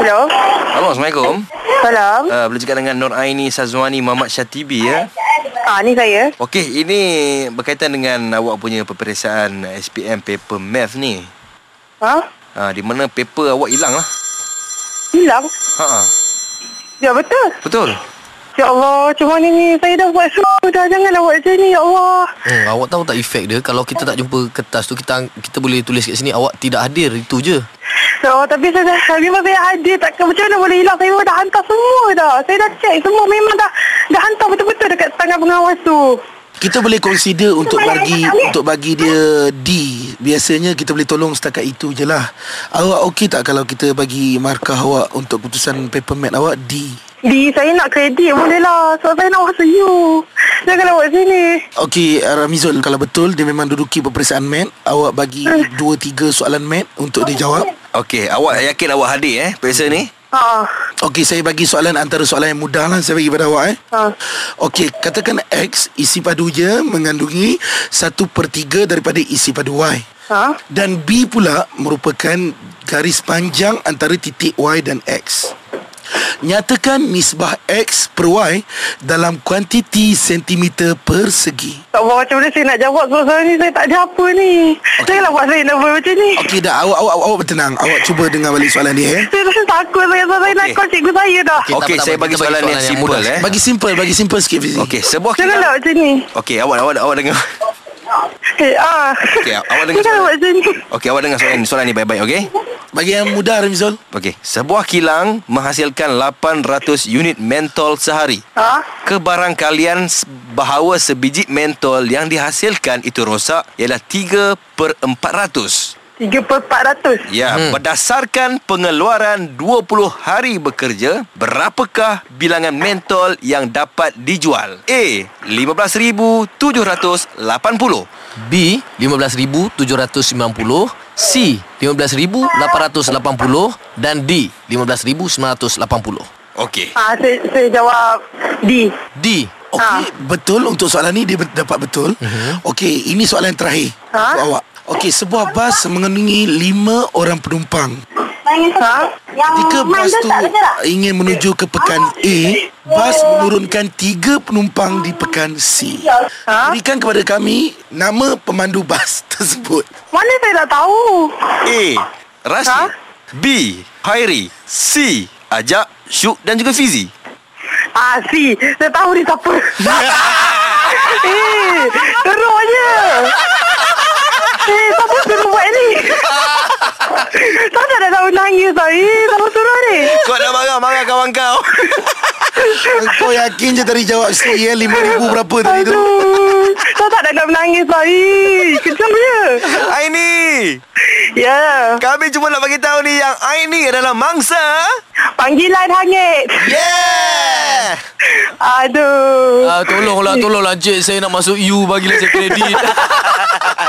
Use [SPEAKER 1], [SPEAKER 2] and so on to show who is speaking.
[SPEAKER 1] Hello.
[SPEAKER 2] Abang, Assalamualaikum.
[SPEAKER 1] Salam.
[SPEAKER 2] Uh, boleh cakap dengan Nur Aini Sazwani Mamat Syatibi ya.
[SPEAKER 1] Ah, ni saya.
[SPEAKER 2] Okey, ini berkaitan dengan awak punya peperiksaan SPM paper math ni.
[SPEAKER 1] Ha?
[SPEAKER 2] Uh, di mana paper awak hilang lah.
[SPEAKER 1] Hilang?
[SPEAKER 2] Ha, ha.
[SPEAKER 1] Ya, betul.
[SPEAKER 2] Betul.
[SPEAKER 1] Ya Allah, macam mana ni? Saya dah buat semua dah. Janganlah buat macam ni, ya Allah.
[SPEAKER 3] Hmm, awak tahu tak efek dia Kalau kita tak jumpa kertas tu Kita kita boleh tulis kat sini Awak tidak hadir Itu je
[SPEAKER 1] Ya Allah, tapi saya dah... Memang saya ada. Takkan macam mana boleh hilang? Saya memang dah hantar semua dah. Saya dah check semua. Memang dah dah hantar betul-betul dekat tangan pengawas tu.
[SPEAKER 4] Kita boleh consider untuk bagi untuk bagi dia D. Biasanya kita boleh tolong setakat itu je lah. Awak okey tak kalau kita bagi markah awak untuk keputusan paper mat awak D?
[SPEAKER 1] Di, saya nak kredit boleh lah. Sebab saya nak masuk you. Janganlah buat sini.
[SPEAKER 4] Okey uh, Ramizul kalau betul dia memang duduki peperiksaan mat, awak bagi 2 3 soalan mat untuk dia jawab.
[SPEAKER 2] Okey, awak yakin awak hadir eh periksa ni?
[SPEAKER 1] Ha.
[SPEAKER 4] Okey saya bagi soalan antara soalan yang mudah lah saya bagi pada awak eh.
[SPEAKER 1] Ha.
[SPEAKER 4] Okey, katakan X isi padunya mengandungi 1 per 3 daripada isi padu Y.
[SPEAKER 1] Ha?
[SPEAKER 4] Dan B pula merupakan garis panjang antara titik Y dan X. Nyatakan nisbah X per Y dalam kuantiti sentimeter persegi.
[SPEAKER 1] Tak tahu macam mana saya nak jawab sebab saya ni saya tak ada apa ni. Okay. Janganlah buat saya nervous macam ni.
[SPEAKER 4] Okey dah, awak, awak, awak, awak bertenang. Awak cuba dengar balik soalan dia eh.
[SPEAKER 1] Saya rasa takut saya sebab saya nak
[SPEAKER 2] Okey.
[SPEAKER 1] call cikgu saya dah.
[SPEAKER 2] Okey,
[SPEAKER 3] Okey, tak apa, tak
[SPEAKER 2] saya
[SPEAKER 3] apa.
[SPEAKER 2] bagi
[SPEAKER 3] Kita bagi
[SPEAKER 2] soalan yang
[SPEAKER 3] soalan yang
[SPEAKER 2] simple
[SPEAKER 3] mudah.
[SPEAKER 2] eh.
[SPEAKER 4] Bagi simple, bagi simple sikit Fizi.
[SPEAKER 2] Okey, sebuah
[SPEAKER 1] Janganlah
[SPEAKER 2] kitab.
[SPEAKER 1] buat macam ni.
[SPEAKER 2] Okey, awak awak awak dengar.
[SPEAKER 1] Eh, ah.
[SPEAKER 2] Okey, awak dengar
[SPEAKER 1] Janganlah
[SPEAKER 2] soalan.
[SPEAKER 1] buat macam ni.
[SPEAKER 2] Okey, awak dengar soalan soalan ni baik-baik, okey?
[SPEAKER 4] Bagi yang mudah Ramizul.
[SPEAKER 2] Okey, sebuah kilang menghasilkan 800 unit mentol sehari.
[SPEAKER 1] Ha?
[SPEAKER 2] Kebarangkalian s- bahawa sebiji mentol yang dihasilkan itu rosak ialah 3 per 400.
[SPEAKER 1] 3 per 400.
[SPEAKER 2] Ya, hmm. berdasarkan pengeluaran 20 hari bekerja, berapakah bilangan mentol yang dapat dijual? A. 15,780.
[SPEAKER 3] B 15790 C 15880 dan D 15980
[SPEAKER 2] Okey.
[SPEAKER 1] Ha, saya, saya jawab D.
[SPEAKER 3] D
[SPEAKER 4] Okey, betul untuk soalan ni dia bet- dapat betul.
[SPEAKER 2] Mhm.
[SPEAKER 4] Uh-huh. Okey, ini soalan terakhir
[SPEAKER 1] Ha?
[SPEAKER 4] untuk awak. Okey, sebuah bas mengandungi 5 orang penumpang.
[SPEAKER 1] Ha?
[SPEAKER 4] Jika bas tu ingin menuju ke pekan A, bas menurunkan 3 penumpang di pekan C.
[SPEAKER 1] Ha?
[SPEAKER 4] Berikan kepada kami nama pemandu bas tersebut.
[SPEAKER 1] Mana saya tak tahu.
[SPEAKER 2] A. Rashid.
[SPEAKER 1] Ha?
[SPEAKER 2] B. Khairi. C. Ajak, Syuk dan juga Fizi.
[SPEAKER 1] Ah, C. Saya tahu ni siapa. eh, teruknya. Eh, siapa suruh buat ni? tak ada dah tahu nangis tau. Eh, siapa suruh ni?
[SPEAKER 2] Kau nak marah-marah kawan kau.
[SPEAKER 4] Kau yakin je tadi jawab C ya? 5,000 berapa tadi tu?
[SPEAKER 1] Aduh. Saya tak ada nak menangis tau. Eh, kejamnya.
[SPEAKER 2] Aini,
[SPEAKER 1] Ya. Yeah.
[SPEAKER 2] kami cuma nak bagi tahu ni yang Aini adalah mangsa.
[SPEAKER 1] Panggilan hangit.
[SPEAKER 4] Ya.
[SPEAKER 2] Yeah!
[SPEAKER 1] Aduh.
[SPEAKER 3] Ah,
[SPEAKER 4] Ah,
[SPEAKER 3] tolonglah, tolonglah Cik Saya nak masuk U Bagilah saya kredit